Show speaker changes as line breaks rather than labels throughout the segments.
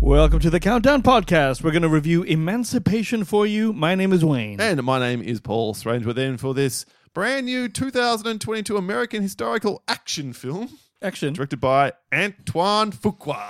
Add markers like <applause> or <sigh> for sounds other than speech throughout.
Welcome to the Countdown Podcast. We're going to review Emancipation for you. My name is Wayne.
And my name is Paul Strange within for this brand new 2022 American historical action film
Action.
directed by Antoine Fuqua.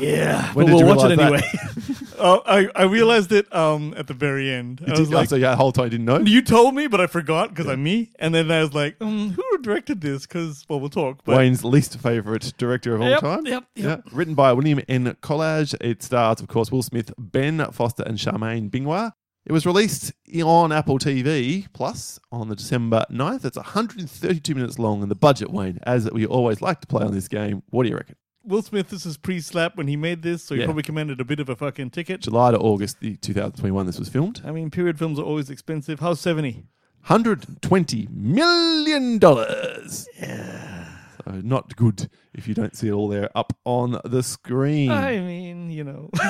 Yeah,
When
but
did
we'll
you
watch it anyway.
realize
<laughs> oh, I, I realized it um, at the very end. I
Did-
was
oh,
like,
so yeah, the whole time I didn't know.
you told me, but I forgot because I'm me. And then I was like, mm, who directed this? Because, well, we'll talk. But
Wayne's least favorite director of all
Yep,
time.
yep, yep.
Yeah. Written by William N. Collage. It stars, of course, Will Smith, Ben Foster, and Charmaine Bingwa. It was released on Apple TV Plus on the December 9th. It's 132 minutes long, and the budget, Wayne, as we always like to play on this game, what do you reckon?
Will Smith, this is pre slap when he made this, so he
Yeah.
probably commanded a bit of a fucking ticket.
July to August the 2021, this was filmed.
I mean, period films are always expensive. How's 70?
$120 million. So not good if you don't see it all there up on the screen.
I mean, you know. <laughs>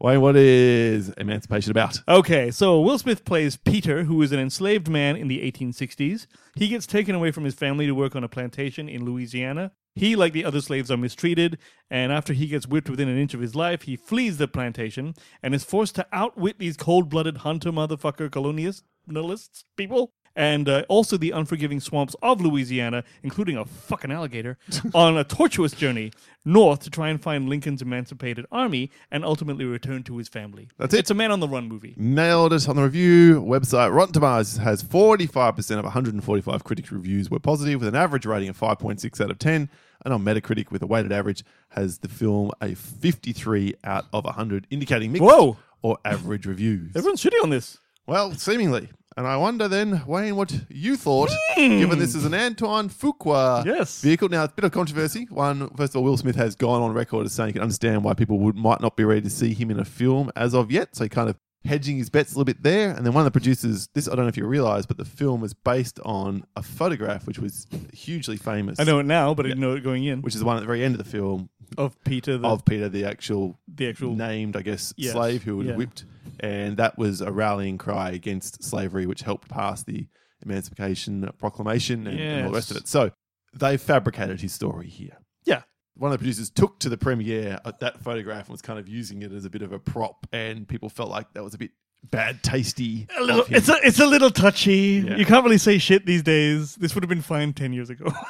Wayne, what is Emancipation about?
Okay, so Will Smith plays Peter, who is an enslaved man in the 1860s. He gets taken away from his family to work on a plantation in Louisiana. He, like the other slaves, are mistreated, and after he gets whipped within an inch of his life, he flees the plantation and is forced to outwit these cold blooded hunter motherfucker colonialists people. And uh, also the unforgiving swamps of Louisiana, including a fucking
<laughs>
alligator, on a tortuous journey north to try and find Lincoln's emancipated army and ultimately return to his family.
That's it.
It's a Man on the Run movie.
Nailed it on the review website. Rotten Tomatoes has 45% of 145 critic reviews were positive, with an average rating of 5.6 out of 10. And on Metacritic, with a weighted average, has the film a 53 out of 100, indicating mixed
Whoa.
or average reviews.
Everyone's shitty on this.
Well, seemingly. And I wonder then, Wayne, what you thought, given this is an Antoine Fuqua
Hmm. Yes.
vehicle. Now, it's a bit of controversy. One, first of all, Will Smith has gone on record as saying he can understand why people would might not be ready to see him in a film as of yet. So he kind of hedging his bets a little bit there. And then one of the producers, this I don't know if you realise, but the film is based on a photograph which was hugely famous.
I know it now, but I didn't know it going in.
Which is the one at the very end of the film
Of Peter, the,
of Peter, the actual
the actual.
named, I guess,
Yes.
slave who was
Yeah.
whipped. And that was a rallying cry against slavery, which helped pass the Emancipation Proclamation and, and all the rest of
Yes.
it. So they fabricated his story here.
Yeah.
One of the producers took to the premiere uh, that photograph and was kind of using it as a bit of a prop, and people felt like that was a bit bad tasty.
A little,
of
<laughs>
him.
it's a it's a little touchy.
Yeah.
You can't really say shit these days. This would have been fine ten years ago. <laughs>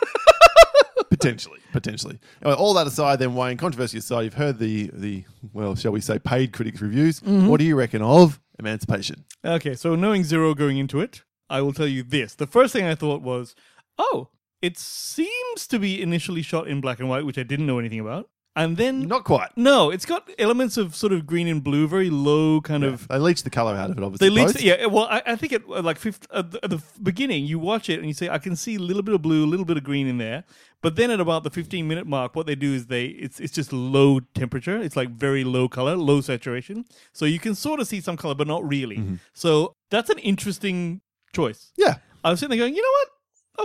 potentially, potentially. Anyway, all that aside, then Wayne, controversy aside, you've heard the the well, shall we say, paid critics reviews.
Mm-hmm.
What do you reckon of Emancipation?
okay, so knowing zero going into it, I will tell you this: the first thing I thought was, oh, it seems to be initially shot in black and white, which I didn't know anything about, and then
Not quite.
no, it's got elements of sort of green and blue, very low kind of
They leached the color out of it, obviously.
They leached,
both.
yeah. Well, I, I think at uh, like fifth, at the, at the f- beginning, you watch it and you say, "I can see a little bit of blue, a little bit of green in there." But then at about the fifteen minute mark, what they do is they it's it's just low temperature. It's like very low color, low saturation, so you can sort of see some color, but not really.
Mm-hmm.
So that's an interesting choice.
Yeah.
I was sitting there going, "You know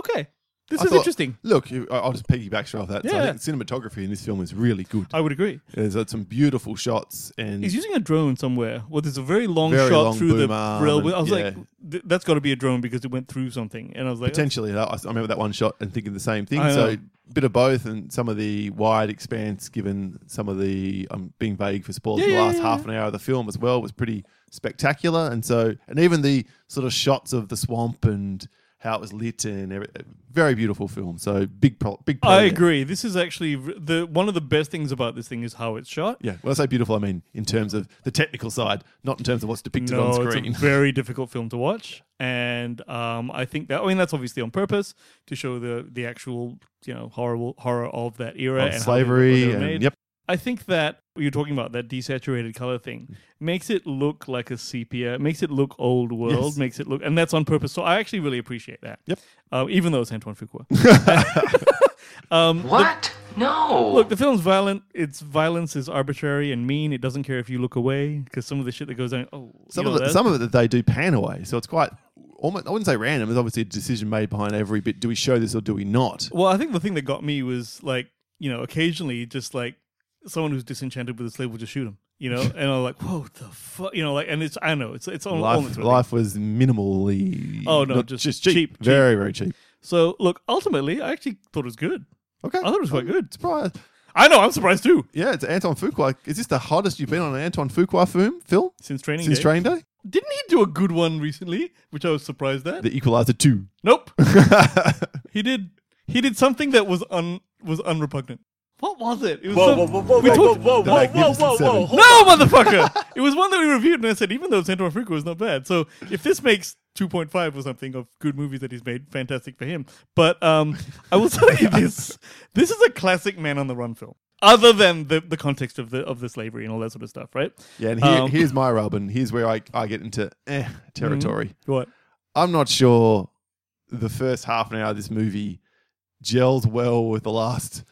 what? Okay, this
I
is
thought-
interesting."
Look, you, I- I'll just piggyback straight off that. So I
Yeah.
think cinematography in this film is really good.
I would agree.
There's uh, some beautiful shots and
He's using a drone somewhere. Well, there's a very long
Very
shot
long
through the
boom arm
railway.
and-
I was like,
yeah.
th- "That's got to be a drone because it went through something." And I was like, "That's
potentially. uh, I I remember that one shot and thinking the same thing.
I
So
know.
bit of both and some of the wide expanse given some of the I'm being vague for spoilers.
Yeah,
the
yeah,
last
yeah,
half an hour of the film as well was pretty spectacular. And so and even the sort of shots of the swamp and how it was lit and every, very beautiful film. So big pro, big. pro
I
there.
agree. This is actually r- the one of the best things about this thing is how it's shot.
Yeah, when I say beautiful, I mean in terms of the technical side, not in terms of what's depicted on
it's <laughs>
screen. <laughs>
a very difficult film to watch, and um, I think that I mean that's obviously on purpose to show the the actual you know horrible horror of that era
Of
and how they-
slavery
they were
and-
made.
yep.
I think that what you're talking about that desaturated color thing makes it look like a sepia, makes it look old world,
Yes.
makes it look, and that's on purpose. So I actually really appreciate that.
Yep.
Uh, even though it's Antoine Fuqua.
What? No.
Look, the film's violent. Its violence is arbitrary and mean. It doesn't care if you look away because some of the shit that goes on. Oh,
Some
you know
of it,
that?
some of it that they do pan away, so it's quite. Almost, I wouldn't say random. There's obviously a decision made behind every bit. Do we show this or do we not?
Well, I think the thing that got me was like you know occasionally just like someone who's disenchanted with a slave will just shoot him. You
<laughs>
know, and I'm like, whoa, the fuck, you know, like, and it's I don't know it's it's on on
life,
its
life was minimally.
Oh, no,
not-
just cheap,
cheap,
cheap.
very very cheap.
So look, ultimately, I actually thought it was good.
Okay, Oh.
I thought it was quite good.
Surprise!
I know. I'm surprised too.
Yeah, it's Anton Fuqua. Is this the hottest you've been on an Anton Fuqua film, film
Since training
since
day.
Training Day?
Didn't he do a good one recently, which I was surprised at?
The Equalizer <laughs> 2.
nope.
I
He did. He did something that was un was unrepugnant. What was it? It was
Whoa,
some-
whoa, whoa, whoa,
we
whoa,
talked-
whoa,
The
whoa, whoa,
Magnificent
whoa, whoa,
Seven.
whoa.
No, <laughs> motherfucker! it was one that we reviewed, and I said, even though Santo Africa was not bad, so if this makes 2.5 or something of good movies that he's made, fantastic for him. But um, I will <laughs> tell you this: this is a classic Man on the Run film. Other than the, the context of the of the slavery and all that sort of stuff, right?
Yeah, and here,
Um,
here's my rub, and here's where I, I get into eh, territory.
What?
I'm not sure the first half an hour of this movie gels well with the last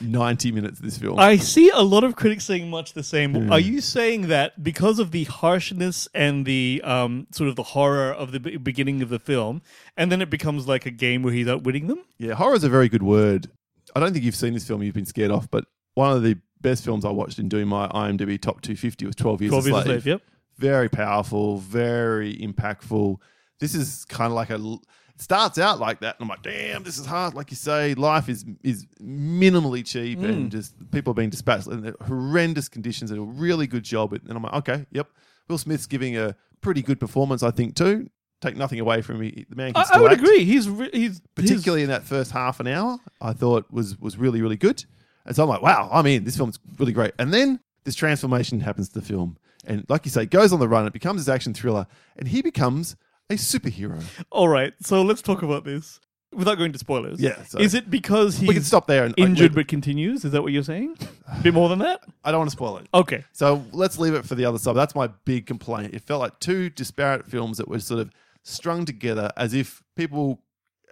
90 minutes of this film.
I see a lot of critics saying much the same.
Hmm.
Are you saying that because of the harshness and the um, sort of the horror of the be- beginning of the film, and then it becomes like a game where he's outwitting them?
yeah, horror is a very good word. I don't think you've seen this film, you've been scared off, but one of the best films I watched in doing my IMDb top 250 was 12 Years,
Twelve
a
years a
Slave.
slave. Yep.
Very powerful, very impactful. This is kind of like a. l- It starts out like that, and I'm like, damn, this is hard. Like you say, life is is minimally cheap,
Mm.
and just people are being dispatched in horrendous conditions, and a really good job. And I'm like, okay, yep. Will Smith's giving a pretty good performance, I think, too. Take nothing away from me. The man can
I,
still
I would
act
agree. He's re- he's he's-
particularly in that first half an hour, I thought was was really really good. And so I'm like, wow, I'm in. This film's really great. And then this transformation happens to the film, and like you say, goes on the run. It becomes this action thriller, and he becomes a superhero.
All right, so let's talk about this without going to spoilers.
Yeah, so-
is it because he's
We can stop there and like,
injured
leave it.
but continues? Is that what you're
<sighs>
saying? A bit more than that?
I don't want to spoil it.
Okay.
So let's leave it for the other sub. That's my big complaint. It felt like two disparate films that were sort of strung together as if people.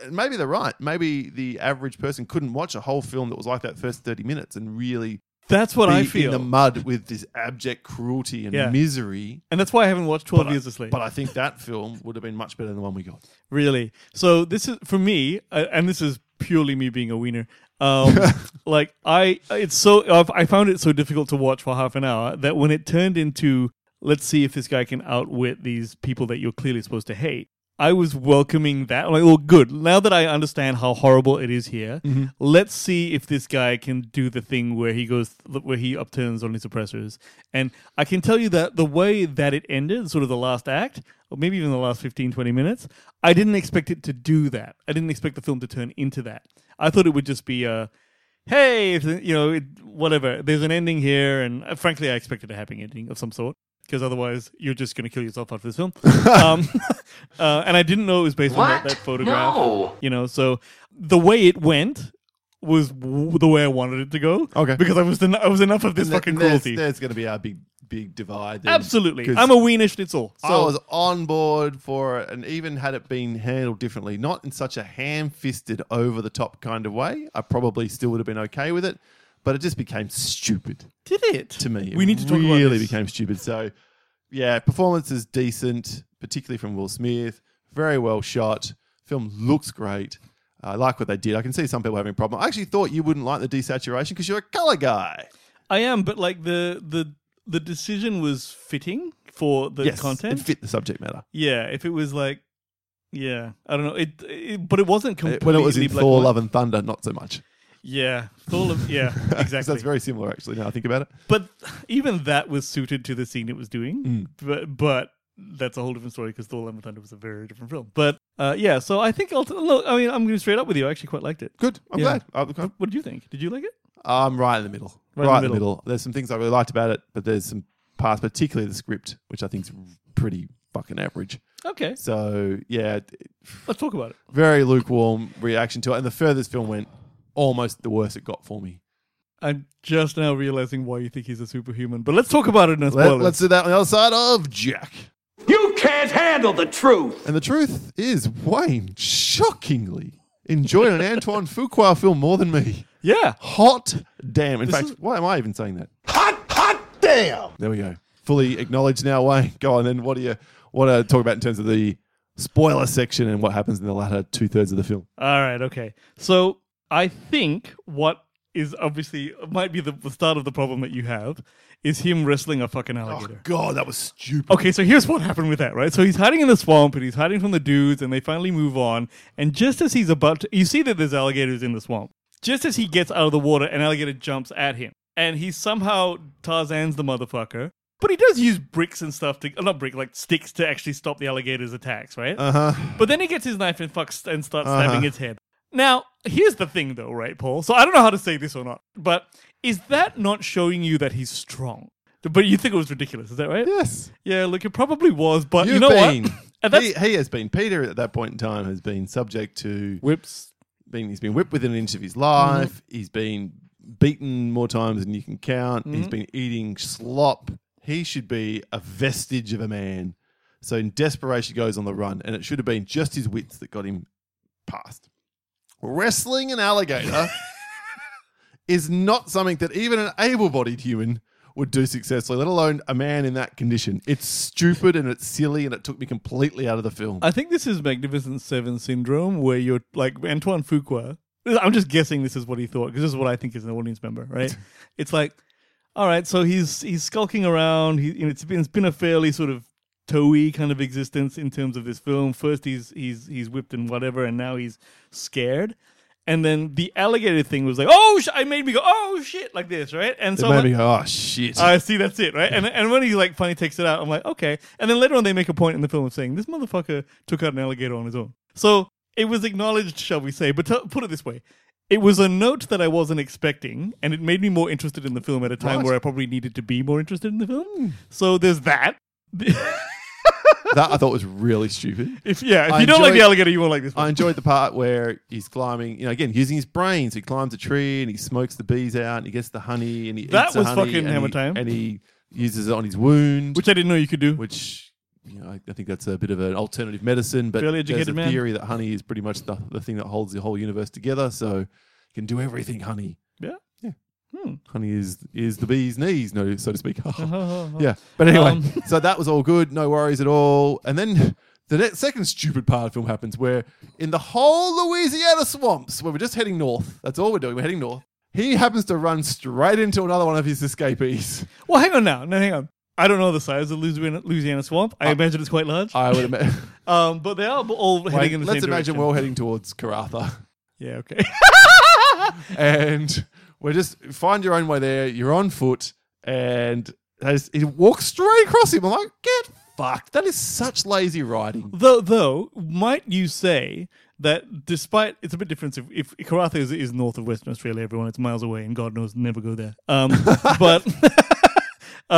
and Maybe they're right. Maybe the average person couldn't watch a whole film that was like that first 30 minutes and really
That's what
be
I feel.
in the mud with this abject cruelty and
Yeah.
misery.
and that's why I haven't watched 12 Years a Slave.
But I think that film would have been much better than the one we got.
Really. So this is for me, uh, and this is purely me being a wiener. Um, like I, it's so I've, I found it so difficult to watch for half an hour that when it turned into let's see if this guy can outwit these people that you're clearly supposed to hate. I was welcoming that. I'm like, well, good. Now that I understand how horrible it is here, let's see if this guy can do the thing where he goes, where he upturns on his oppressors. And I can tell you that the way that it ended, sort of the last act, or maybe even the last 15, 20 minutes, I didn't expect it to do that. I didn't expect the film to turn into that. I thought it would just be a, hey, if, you know, it, whatever. There's an ending here. And uh, frankly, I expected a happy ending of some sort. Because otherwise, you're just going to kill yourself after this film. um, <laughs> uh, and I didn't know it was based on that, that photograph. You know, so the way it went was w- the way I wanted it to go.
Okay.
Because I was en- I was enough of this fucking
there's,
cruelty.
There's going to be our big, big divide. then.
Absolutely.
'Cause
I'm a weenish schnitzel. So
I was on board for it, and even had it been handled differently, not in such a ham-fisted, over-the-top kind of way, I probably still would have been okay with it. But it just became stupid.
did it
to me. It
We need to talk about
really
this.
became stupid. So, yeah, performance is decent, particularly from Will Smith. Very well shot. Film looks great. I like what they did. I can see some people having a problem. I actually thought you wouldn't like the desaturation because you're a color guy.
I am, but like the the the decision was fitting for the
yes,
content.
it fit the subject matter.
yeah, if it was like, yeah, I don't know. It, it but it wasn't completely
when it was in
black and
Thor:
white.
Love and Thunder, not so much. <laughs>
Yeah, Thor Love. Yeah,
'Cause
exactly.
that's very similar, actually. Now I think about it.
but <laughs> even that was suited to the scene it was doing. But but that's a whole different story because Thor: Love and Thunder was a very different film. But uh, yeah, so I think I'll t- look. I mean, I'm going to straight up with you. I actually quite liked it.
Good. I'm
Yeah.
glad. I'm,
What did you think? Did you like it?
I'm right in the middle.
Right in
Right,
the
in the middle. There's some things I really liked about it, but there's some parts, particularly the script, which I think is pretty fucking average.
Okay,
So yeah, it-
let's talk about it.
very lukewarm reaction to it. And the further this film went, almost the worse it got for me.
I'm just now realizing why you think he's a superhuman. But let's talk about it in a spoiler.
Let, us do that on the other side of Jack.
You can't handle the truth.
And the truth is, Wayne shockingly enjoyed an Antoine Fuqua film more than me.
yeah.
Hot damn. In
This
fact,
is-
why am I even saying that?
Hot, hot damn.
There we go. Fully acknowledged now, Wayne. Go on then. What do you want to talk about in terms of the spoiler section and what happens in the latter two thirds of the film?
All right. Okay. So I think what is obviously might be the, the start of the problem that you have is him wrestling a fucking alligator.
Oh, God, that was stupid.
Okay, so here's what happened with that, right? So he's hiding in the swamp and he's hiding from the dudes, and they finally move on. And just as he's about to, you see that there's alligators in the swamp. Just as he gets out of the water, an alligator jumps at him. And he somehow Tarzan's the motherfucker. But he does use bricks and stuff to, uh, not brick, like sticks to actually stop the alligator's attacks, right?
Uh huh.
But then he gets his knife and fucks and starts
Uh-huh.
stabbing its head. Now, here's the thing though, right, Paul? So I don't know how to say this or not, but is that not showing you that he's strong? But you think it was ridiculous, is that right?
Yes.
Yeah, look, it probably was, but
You've
you know
been.
what? And that's
He, he has been. Peter at that point in time has been subject to
whips.
been he's been whipped within an inch of his life.
Mm.
He's been beaten more times than you can count. He's
Mm.
been eating slop. He should be a vestige of a man. So in desperation, he goes on the run, and it should have been just his wits that got him past. Wrestling an alligator
<laughs>
is not something that even an able-bodied human would do successfully, let alone a man in that condition. It's stupid and it's silly, and it took me completely out of the film.
I think this is Magnificent Seven syndrome, where you're like Antoine Fuqua. I'm just guessing this is what he thought because this is what I think is an audience member,
<laughs>
right? it's like, all right, so he's he's skulking around. He, you know, it's been it's been a fairly sort of toey kind of existence in terms of this film. First, he's he's he's whipped and whatever, and now he's scared. And then the alligator thing was like, oh, sh-, I made me go, oh shit, like this, right? And
it
so
made
like-
me go, oh
<laughs>
shit.
I see. That's it, right? And and when he like finally takes it out, I'm like, okay. And then later on, they make a point in the film of saying this motherfucker took out an alligator on his own. So it was acknowledged, shall we say? But to put it this way, it was a note that I wasn't expecting, and it made me more interested in the film at a time
Right.
where I probably needed to be more interested in the film. So there's that. <laughs>
that I thought was really stupid.
if yeah, if
I
you don't like
enjoyed-
the alligator, you won't like this.
I
One.
enjoyed the part where he's climbing, you know, again, using his brain. So he climbs a tree and he smokes the bees out and he gets the honey and he
That
eats the
was
honey
fucking
and
hammer
he,
time.
And he uses it on his wound, which,
Which I didn't know you could do.
<laughs> you know, I, I think that's a bit of an alternative medicine. But
Fairly
there's a
educated man.
theory that honey is pretty much the, the thing that holds the whole universe together. So you can do everything, honey.
yeah. Hmm.
Honey is is the bee's knees, no, so to speak. <laughs>
Uh-huh. Yeah.
Yeah. But anyway,
Um,
<laughs> so that was all good, no worries at all. And then <laughs> the next, second stupid part of the film happens where in the whole Louisiana swamps, where we're just heading north, that's all we're doing, we're heading north. He happens to run straight into another one of
<laughs>
his escapees.
Well, hang on now. No, hang on. I don't know the size of Louisiana, Louisiana swamp.
Uh,
I imagine it's quite large.
I would imagine.
Um, but they are all heading in the
let's
same
imagine
direction.
we're all heading towards Caratha.
Yeah, okay.
<laughs>
<laughs>
and we're just find your own way there. You're on foot, and as he walks straight across him. I'm like, get fucked. That is such lazy riding.
though, though, might you say that despite it's a bit different if, if Karatha is, is north of Western Australia, everyone, it's miles away, and God knows, never go there. Um,
<laughs>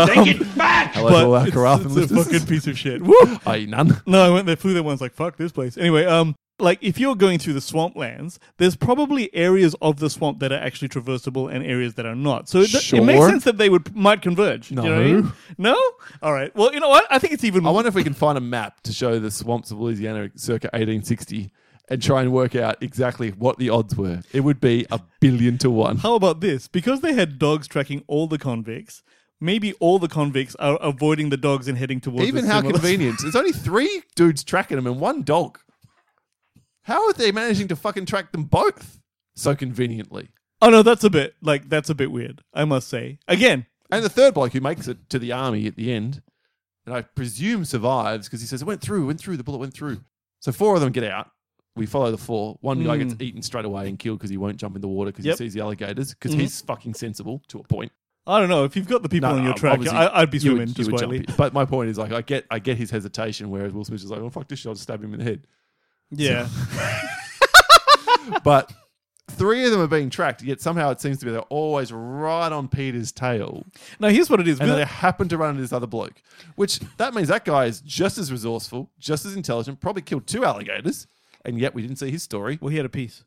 but
Take it back!
Hello, to all our
but
Caratha
it's, it's a
listeners.
fucking piece of
<laughs>
shit. Woo!
I eat none.
No, I went there, flew there once, like, fuck this place. Anyway, um, like, if you're going through the swamplands, there's probably areas of the swamp that are actually traversable and areas that are not. So it, it makes
Sure.
sense that they would might converge. Do You know what I
No.
mean? No? All right. Well, you know what? I think it's even
I wonder if we can find a map to show the swamps of Louisiana circa 1860 and try and work out exactly what the odds were. It would be a billion to one.
How about this? Because they had dogs tracking all the convicts, maybe all the convicts are avoiding the dogs and heading towards.
<laughs> Even
the
how
similar-
convenient. There's only three dudes tracking them and one dog. How are they managing to fucking track them both so conveniently?
<laughs> Oh no, that's a bit like that's a bit weird. I must say. Again,
And the third bloke who makes it to the army at the end, and I presume survives because he says it went through, went through, the bullet went through. So four of them get out. We follow the four. One guy gets eaten straight away and killed because he won't jump in the water because
Hmm. Yep.
he sees the alligators because he's fucking sensible to a point.
I don't know if you've got the people
No,
on
no,
your track.
obviously,
I, I'd be
you would-
swimming
you
just
would jump
quietly.
in. But my point is, like, I get, I get his hesitation, whereas Will Smith is like, "Well, fuck this shit, I'll just stab him in the head."
Yeah,
But three of them are being tracked, yet somehow it seems to be they're always right on Peter's tail.
now here's what it is.
and then they happen to run into this other bloke, which that means that guy is just as resourceful, just as intelligent, probably killed two alligators, and yet we didn't see his story.
well, he had a piece.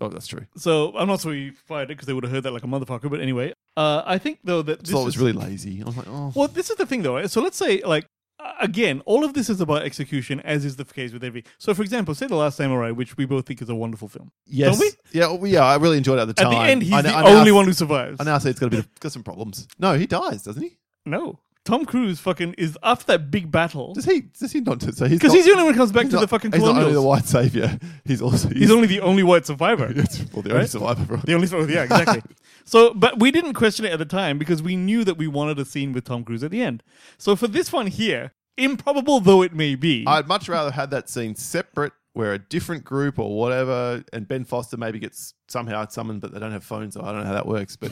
Oh, that's true.
So I'm not sure you fired it because they would have heard that like a motherfucker. But anyway, uh, I think though that this
So it was
is-
really lazy. I was like, oh,
Well, this is the thing, though. right? So let's say, like, uh, again, all of this is about execution, as is the case with every. So, for example, say The Last Samurai, which we both think is a wonderful film.
yes,
don't we?
yeah, well, yeah. I really enjoyed it at the
At
time.
the end, he's
I,
the
I
only
now,
one who survives.
I now say it's got a bit of got some problems. No, he dies, doesn't he?
No, Tom Cruise fucking is after that big battle
Does he? Does he not? So he's
because
not-
he's the only one who comes back
he's
to
not-
the fucking
He's not only the
colonials.
white savior. He's also
He's only the only white
<laughs>
survivor.
well, the only
right?
survivor.
The only survivor. Yeah,
<laughs>
exactly. so, but we didn't question it at the time because we knew that we wanted a scene with Tom Cruise at the end. So for this one here, improbable though it may be,
I'd much rather had that scene separate where a different group or whatever, and Ben Foster maybe gets somehow summoned, but they don't have phones, so I don't know how that works. But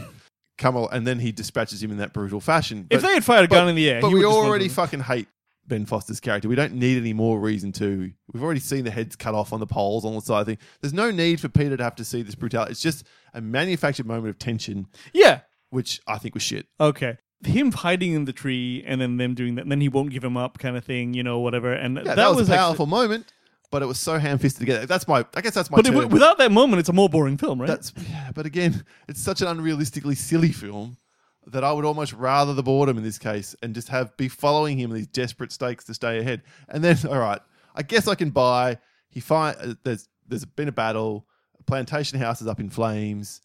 come on, and then he dispatches him in that brutal fashion.
if
But-
they had fired a gun in the air,
but
he
we
would just run through
already
them.
fucking hate Ben Foster's character. We don't need any more reason to. We've already seen the heads cut off on the poles on the side thing. There's no need for Peter to have to see this brutality. It's just a manufactured moment of tension,
yeah.
which I think was shit.
Okay. Him hiding in the tree and then them doing that, and then he won't give him up, kind of thing, you know, whatever. And
Yeah,
that,
that, was, a
actually-
powerful moment, but it was so ham fisted together. That's my. I guess that's my.
but
term.
it, without that moment, it's a more boring film, right?
that's yeah, but again, it's such an unrealistically silly film that I would almost rather the boredom in this case and just have be following him in these desperate stakes to stay ahead. And then, <laughs> all right, I guess I can buy. He find uh, there's there's been a battle. A plantation house is up in flames.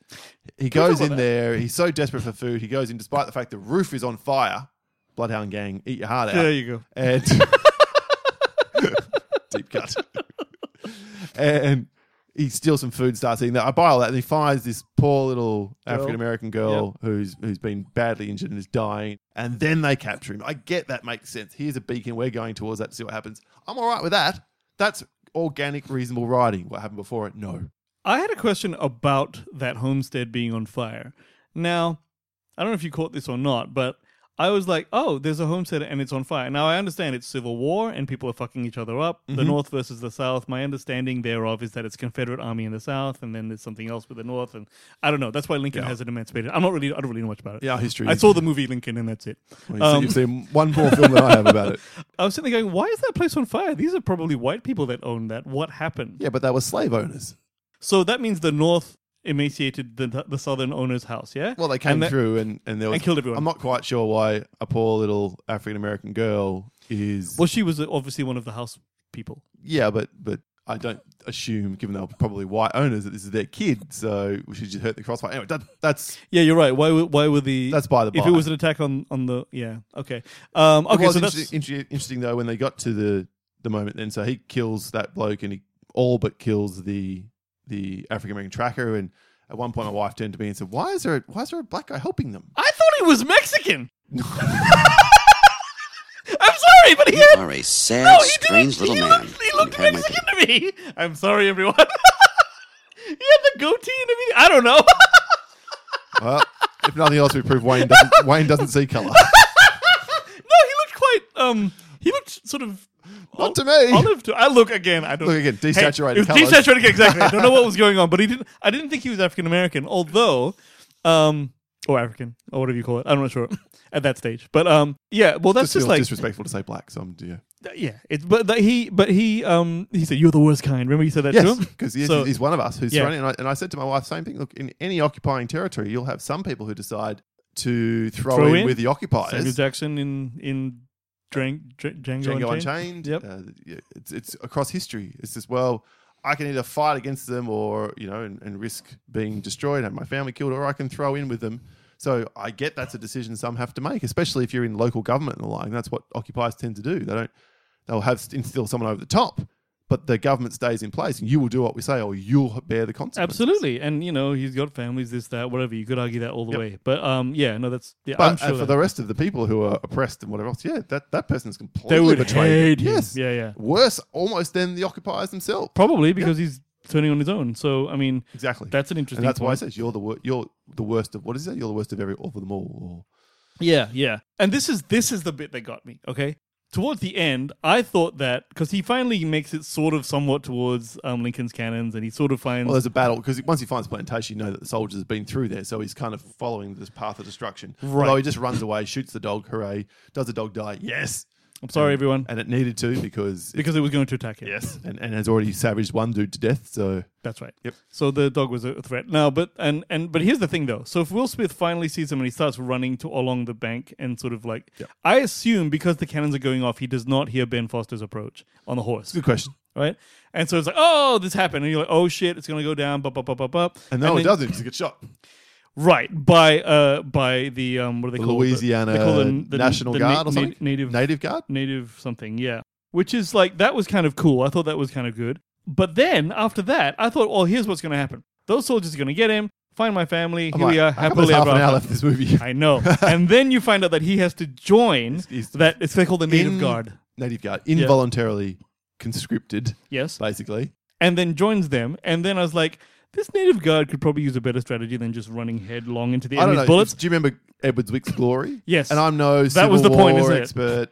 He
we
goes
talk
in
about
there. He's so desperate for food. He goes in despite the fact the roof is on fire. Bloodhound gang, eat your heart out.
there you go.
And deep cut. and he steals some food, starts eating that. I buy all that, and he finds this poor little African American girl who's who's been badly injured and is dying. And then they capture him. I get that makes sense. Here's a beacon. We're going towards that to see what happens. I'm all right with that. That's organic, reasonable writing. What happened before it? No.
I had a question about that homestead being on fire. Now, I don't know if you caught this or not, but I was like, oh, there's a homestead and it's on fire. Now, I understand it's civil war and people are fucking each other up, the North versus the South. My understanding thereof is that it's Confederate Army in the South and then there's something else with the North. And I don't know. That's why Lincoln has it emancipated. I'm not really, I don't really know much about it.
Yeah, history.
I
is-
saw the movie Lincoln and that's it.
Well, you've seen- you've seen one more film than I have about it.
I was sitting there going, why is that place on fire? These are probably white people that own that. What happened?
Yeah, but they were slave owners.
So that means the North emaciated the, the Southern owner's house, yeah?
Well, they came
And that-
through and, and there was
and killed everyone.
I'm not quite sure why a poor little African American girl is.
Well, she was obviously one of the house people.
yeah, but but I don't assume, given they're probably white owners, that this is their kid. So we should just hurt the crossfire. Anyway, that, that's
Yeah, you're right. Why? were- Why were the?
That's by the
If
by.
it was an attack on on the, yeah, okay, um, okay.
it was
so that's
interesting, inter- interesting though when they got to the the moment. Then so he kills that bloke and he all but kills the the African American tracker. And at one point, my wife turned to me and said, "Why is there a, why is there a black guy helping them?"
I thought he was
<laughs>
Mexican. I'm sorry, but he had.
are a sad,
No, he
strange
didn't.
little
he
man.
Looked, he looked
You have my
Mexican to me. I'm sorry, everyone. <laughs> he had the goatee and everything. I don't know. <laughs>
Well, if nothing else, we prove Wayne doesn't, Wayne doesn't see color.
no, he looked quite. Um, he looked sort of.
<laughs> Not to me. <laughs>
Olive to I look again. I don't
Look again,
Hey,
desaturated
it was
colours.
desaturated exactly. I don't know what was going on, but he didn't. I didn't think he was African American, although, um, or African or whatever you call it. I'm not sure <laughs> at that stage. But um, yeah. Well, that's
Just feels
just like uh,
disrespectful to say black. So I'm yeah.
yeah. It's but that he but he um he said you're the worst kind. Remember you said that to
Yes, <laughs>
him.
because he is-
So-
he's one of us who's
Yeah.
thrown in. And I, and I said to my wife, same thing. Look, in any occupying territory, you'll have some people who decide to throw,
Throw
in,
in?
with the
Samuel
occupiers.
Jackson in in Drang, Dr- Django,
Django
Unchained.
Unchained.
Yep.
Uh, yeah, it's, it's across history. It's just, well, I can either fight against them or, you know, and, and risk being destroyed and my family killed, or I can throw in with them. So I get that's a decision some have to make, especially if you're in local government and the like. That's what occupiers tend to do. They don't, they'll have instill someone over the top. But the government stays in place, and you will do what we say, or you'll bear the consequences.
Absolutely, and you know he's got families, this, that, whatever. You could argue that all the
Yep.
way, but um, yeah, no, that's yeah. I'm
But
sure
uh, for
that-
the rest of the people who are oppressed and whatever else, yeah, that, that person's completely
they would
betrayed.
hate him.
Yes.
Yeah, yeah.
Worse almost than the occupiers themselves.
Probably because he's turning on his own. So I mean,
Exactly.
that's an interesting.
and that's why I
point.
says you're the wor- you're the worst of what is that? You're the worst of every of them all.
Yeah, yeah. And this is this is the bit that got me. Okay. Towards the end, I thought that because he finally makes it sort of somewhat towards um, Lincoln's cannons, and he sort of finds
Well, there's a battle because once he finds plantation, you know that the soldiers have been through there, so he's kind of following this path of destruction.
Right.
Although he just runs away, shoots the dog, hooray! Does the dog die? Yes.
I'm sorry, everyone,
And it needed to because it-
because it was going to attack him.
yes, and, and has already savaged one dude to death. So
That's right.
Yep.
So the dog was a threat. Now, but and and but here's the thing though. So if Will Smith finally sees him and he starts running to along the bank and sort of like, I assume because the cannons are going off, he does not hear Ben Foster's approach on the horse,
good question.
right? And so it's like, oh, this happened, and you're like, oh shit, it's gonna go down, bup, bup, bup, bup, bup.
And no,
then-
it doesn't. Because he gets shot.
Right by uh by the um what do they call it?
Louisiana
they call it the- the
National
na-
Guard or
na-
something?
native
Native Guard.
native something, yeah. Which is like that was kind of cool. I thought that was kind of good. But then after that, I thought, well, here's what's going to happen. Those soldiers are going to get him, find my family.
I'm
here we
like,
are,
how come there's
happily
half
ever
an hour
after.
left this
<laughs>
movie.
I
<laughs>
know. and then you find out that he has to join
he's-
that. It's they call the native
In-
guard.
Native Guard involuntarily conscripted,
Yes.
basically,
and then joins them. And then I was like, this native guard could probably use a better strategy than just running headlong into the
I don't know.
enemy's bullets.
Do you remember Edward Zwick's glory?
Yes.
And I'm no
That was
Civil
the point,
War
isn't it?
expert.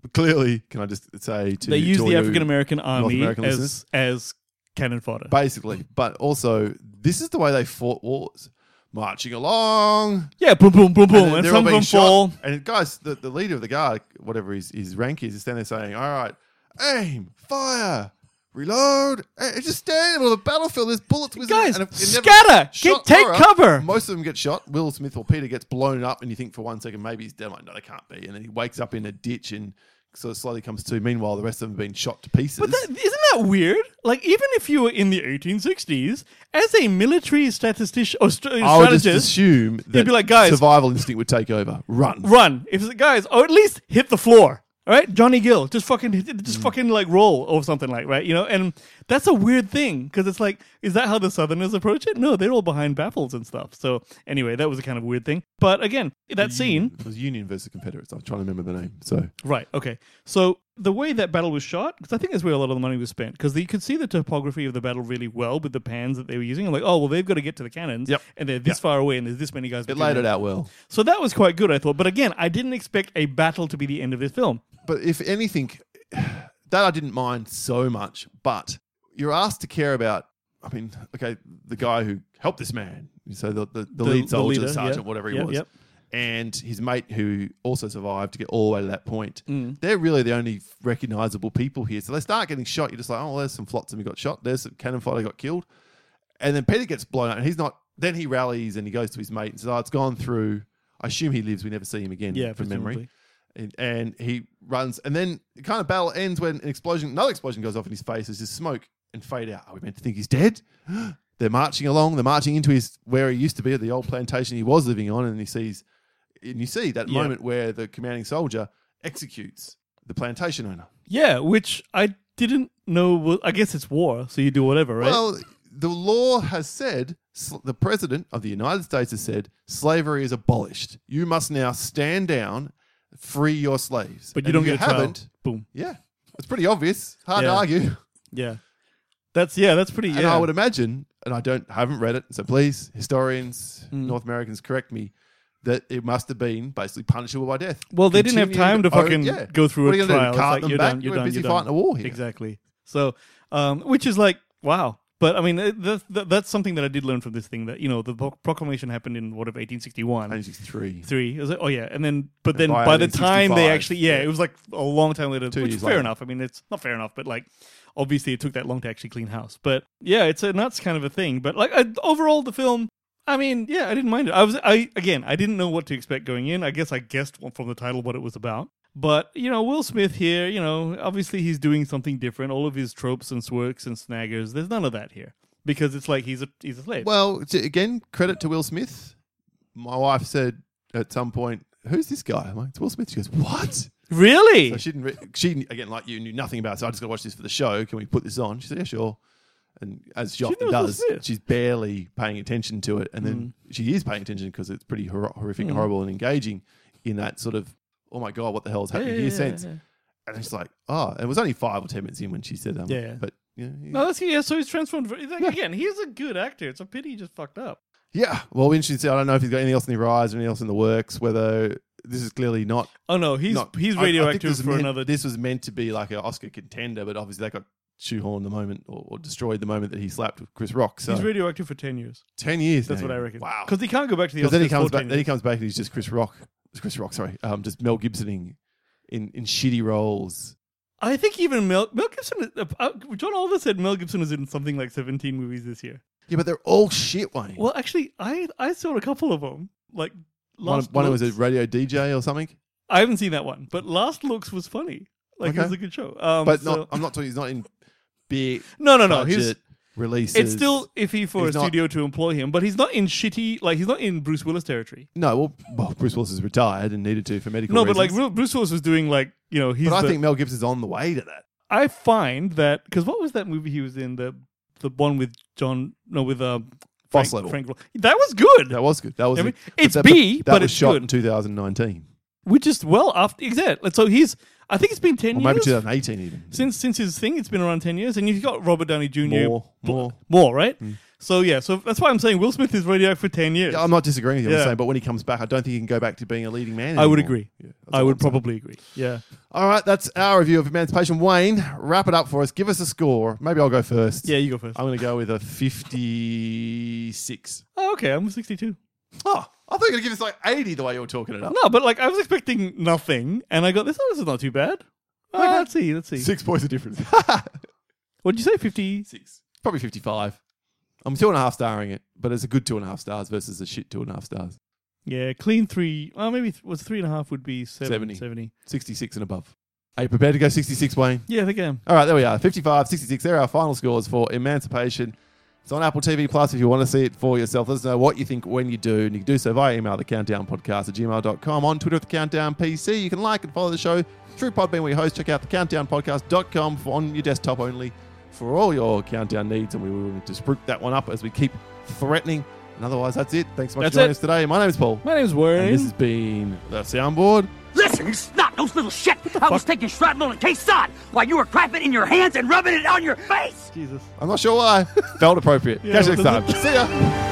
But clearly, can I just say to
They use
to all
the
you-
African American army
American
as
listeners?
as cannon fodder.
basically, but also this is the way they fought wars, marching along,
yeah, boom, boom, boom, boom,
then
and
they're all
some of
being
them
shot.
fall.
And guys, the, the leader of the guard, whatever his, his rank is, is standing there saying, All right, aim, fire, reload. And it's just standing in the middle of the battlefield. There's bullets whizzing.
Guys,
and it- it never-
scatter! Get,
shot
take
Laura.
cover!
Most of them get shot. Will Smith or Peter gets blown up, and you think for one second maybe he's dead. I'm Like, no, they can't be. And then he wakes up in a ditch and sort of slowly comes to. Meanwhile, the rest of them have been shot to pieces.
But that, isn't that weird? Like, even if you were in the 1860s, as a military statistician or st-
I would just
strategist,
assume that
be like, "Guys-
survival instinct would take over. Run.
run. If it's guys, or at least hit the floor. All right, Johnny Gill, just fucking, hit-
Mm.
just fucking like roll or something like right, you know. And that's a weird thing because it's like, is that how the Southerners approach it? No, they're all behind baffles and stuff. So anyway, that was a kind of weird thing. But again,
Mm.
that scene,
It was Union versus Confederates. I'm trying to remember the name. So
right? Okay, so the way that battle was shot, because I think that's where a lot of the money was spent, because you could see the topography of the battle really well with the pans that they were using. I'm like, oh well, they've got to get to the cannons,
Yep.
and they're this far away, and there's this many guys.
it
between
laid
them.
it out well.
So that was quite good, I thought. But again, I didn't expect a battle to be the end of this film.
But if anything, <sighs> that I didn't mind so much. But you're asked to care about. I mean, okay, the guy who helped this man. So the the, the,
The-
lead
the
soldier,
leader,
the sergeant,
yeah.
whatever he
Yep,
was,
yep.
and his mate who also survived to get all the way to that point.
Mm.
They're really the only recognizable people here. So they start getting shot. You're just like, oh, there's some flotsam who got shot. There's some cannon fodder who got killed. And then Peter gets blown up, and he's not. Then he rallies and he goes to his mate and says, "Oh, it's gone through." I assume he lives. We never see him again.
Yeah,
from
presumably.
memory. And, and he runs, and then the kind of battle ends when an explosion, another explosion goes off in his face as his smoke and fade out. Are we meant to think he's dead? <gasps> they're marching along. They're marching into his where he used to be, the old plantation he was living on, and he sees, and you see that
Yeah.
moment where the commanding soldier executes the plantation owner.
Yeah, which I didn't know. wa- I guess it's war, so you do whatever, right?
Well, the law has said, sl- the president of the United States has said, slavery is abolished. You must now stand down, free your slaves.
but you
And
don't
if
get a trial.
haven't,
Boom.
Yeah, it's pretty obvious. Hard
Yeah.
to argue.
Yeah, that's yeah, that's pretty.
And
Yeah,
I would imagine, and I don't haven't read it, so please, historians,
Hmm.
North Americans, correct me. That it must have been basically punishable by death.
well, they didn't have time
Continuing-
to
oh,
fucking
yeah.
go through
What are
a
you gonna do,
trial. It's
cart
like,
them
you're
back?
done. You're
We're
done.
busy
you're done.
fighting a war here.
Exactly. So, um, which is like wow. But I mean, uh, th- th- that's something that I did learn from this thing that you know the pro- proclamation happened in what of 1861.
1963.
three. It was like, oh yeah, and then but then by,
by
the time they
1865,
actually, yeah,
yeah.
it was like a long time later.
Two
which
years
fair
later.
enough. I mean, it's not fair enough, but like obviously it took that long to actually clean house. But yeah, it's a nuts kind of a thing. But like I, overall, the film. I mean, yeah, I didn't mind it. I was, I again, I didn't know what to expect going in. I guess I guessed from the title what it was about. But you know, Will Smith here, you know, obviously he's doing something different. All of his tropes and swerks and snaggers, there's none of that here because it's like he's a he's a slave.
Well, t- again, credit to Will Smith. My wife said at some point, "Who's this guy?" I'm like, "It's Will Smith." She goes, "What?"
really?
So she didn't. Re- she again, like you, knew nothing about. it. So I just got to watch this for the show. Can we put this on? She said, "Yeah, sure." And as she, often
knows Will
does,
Smith.
she's barely paying attention to it, and then
Mm.
she is paying attention because it's pretty hor- horrific, and horrible, and engaging in that sort of "Oh my god, what the hell is happening here?" sense. And it's like, "Oh," and it was only five or ten minutes in when she said, um,
Yeah, yeah.
but." Yeah, yeah.
No, that's yeah. So he's transformed. ver- Like, Again, he's a good actor. It's a pity he just fucked up.
yeah. Well, we should see. I don't know if he's got anything else in the rise or anything else in the works. Whether this is clearly not
Oh no, he's
not-
he's
I- I think
radioactive
this was
for
meant-
another.
This was meant to be like an Oscar contender, but obviously they got shoehorned the moment or, or destroyed the moment that he slapped with Chris Rock. So
He's radioactive for ten years.
ten years.
That's
now.
what I reckon.
Wow.
because he can't go back to the.
Because then he
Oscars
comes
for
back.
10
Then he
years.
comes back and he's just Chris Rock. It's Chris Rock. Sorry, um, just Mel Gibsoning in in shitty roles.
I think even Mel Mel Gibson. Uh, uh, John Oliver said Mel Gibson was in something like seventeen movies this year.
Yeah, but they're all shit, Wayne.
Well, actually, I I saw a couple of them. Like
one
last
one
looks.
was a radio DJ or something.
I haven't seen that one, but Last Looks was funny. Like it
Okay.
was a good show. Um,
But
so-
not, I'm not talking. He's not in big
no, no, no. He's
budget releases.
it's still iffy for a
he's not-
studio to employ him, but he's not in shitty. Like he's not in Bruce Willis territory.
no. Well, well, Bruce Willis is retired and needed to for medical.
No, but like
reasons.
Ru- Bruce Willis was doing like you know he's.
but I
the-
think Mel Gibson's on the way to that.
I find that because what was that movie he was in the the one with John no with uh Frank,
Level.
Frank that was good.
That was good. That was.
I mean,
but
it's
that-
B,
that
but
was
it's
shot
good.
in 2019.
which is well after exactly. So he's I think it's been ten
Or maybe
years
2018 even.
since since his thing. It's been around ten years, and you've got Robert Downey Jr.
More, more. Hmm.
more, right? So yeah, so that's why I'm saying Will Smith is radioactive for ten years.
Yeah, I'm not disagreeing with you.
Yeah.
I'm saying, but when he comes back, I don't think he can go back to being a leading man.
I would
anymore.
agree.
Yeah, that's
I
all
would
I'm saying.
probably agree. Yeah.
All right, that's our review of Emancipation. Wayne, wrap it up for us. Give us a score. Maybe I'll go first.
Yeah, you go first.
I'm going to go with a 56.
Oh, okay, I'm 62.
Oh, I thought you were going to give us like 80 the way you were
<laughs>
talking it up.
No, but like I was expecting nothing, and I got this. Oh, this is not too bad. Uh,
Okay.
Let's see. Let's see.
Six points of difference.
What'd you say? 50?
Six. <laughs> Probably 55. I'm two and a half starring it, but it's a good two and a half stars versus a shit two and a half stars.
Yeah, clean three. Oh, maybe th- was three and a half would be seven, 70.
Seventy. 66 and above. Are you prepared to go 66, Wayne?
Yeah, I think I am.
All right, there we are. 55, 66. They're our final scores for Emancipation. It's on Apple TV Plus if you want to see it for yourself. Let us know what you think when you do. And you can do so via email, thecountdownpodcast at gmail.com. On Twitter, at the Countdown PC. You can like and follow the show through Podbean, where you host. Check out thecountdownpodcast.com for on your desktop only for all your countdown needs. And we will just spruik that one up as we keep threatening. And otherwise, that's it. Thanks so much
That's
for joining
it.
us today. My name's Paul.
My name's
And
Warren.
this has been The Soundboard.
Listen, you snot-nosed little shit! I was taking shrapnel and quesad while you were clapping in your hands and rubbing it on your face!
Jesus. <laughs>
I'm not sure why. Felt appropriate.
Yeah,
Catch you next
well, <laughs>
time.
does
See ya.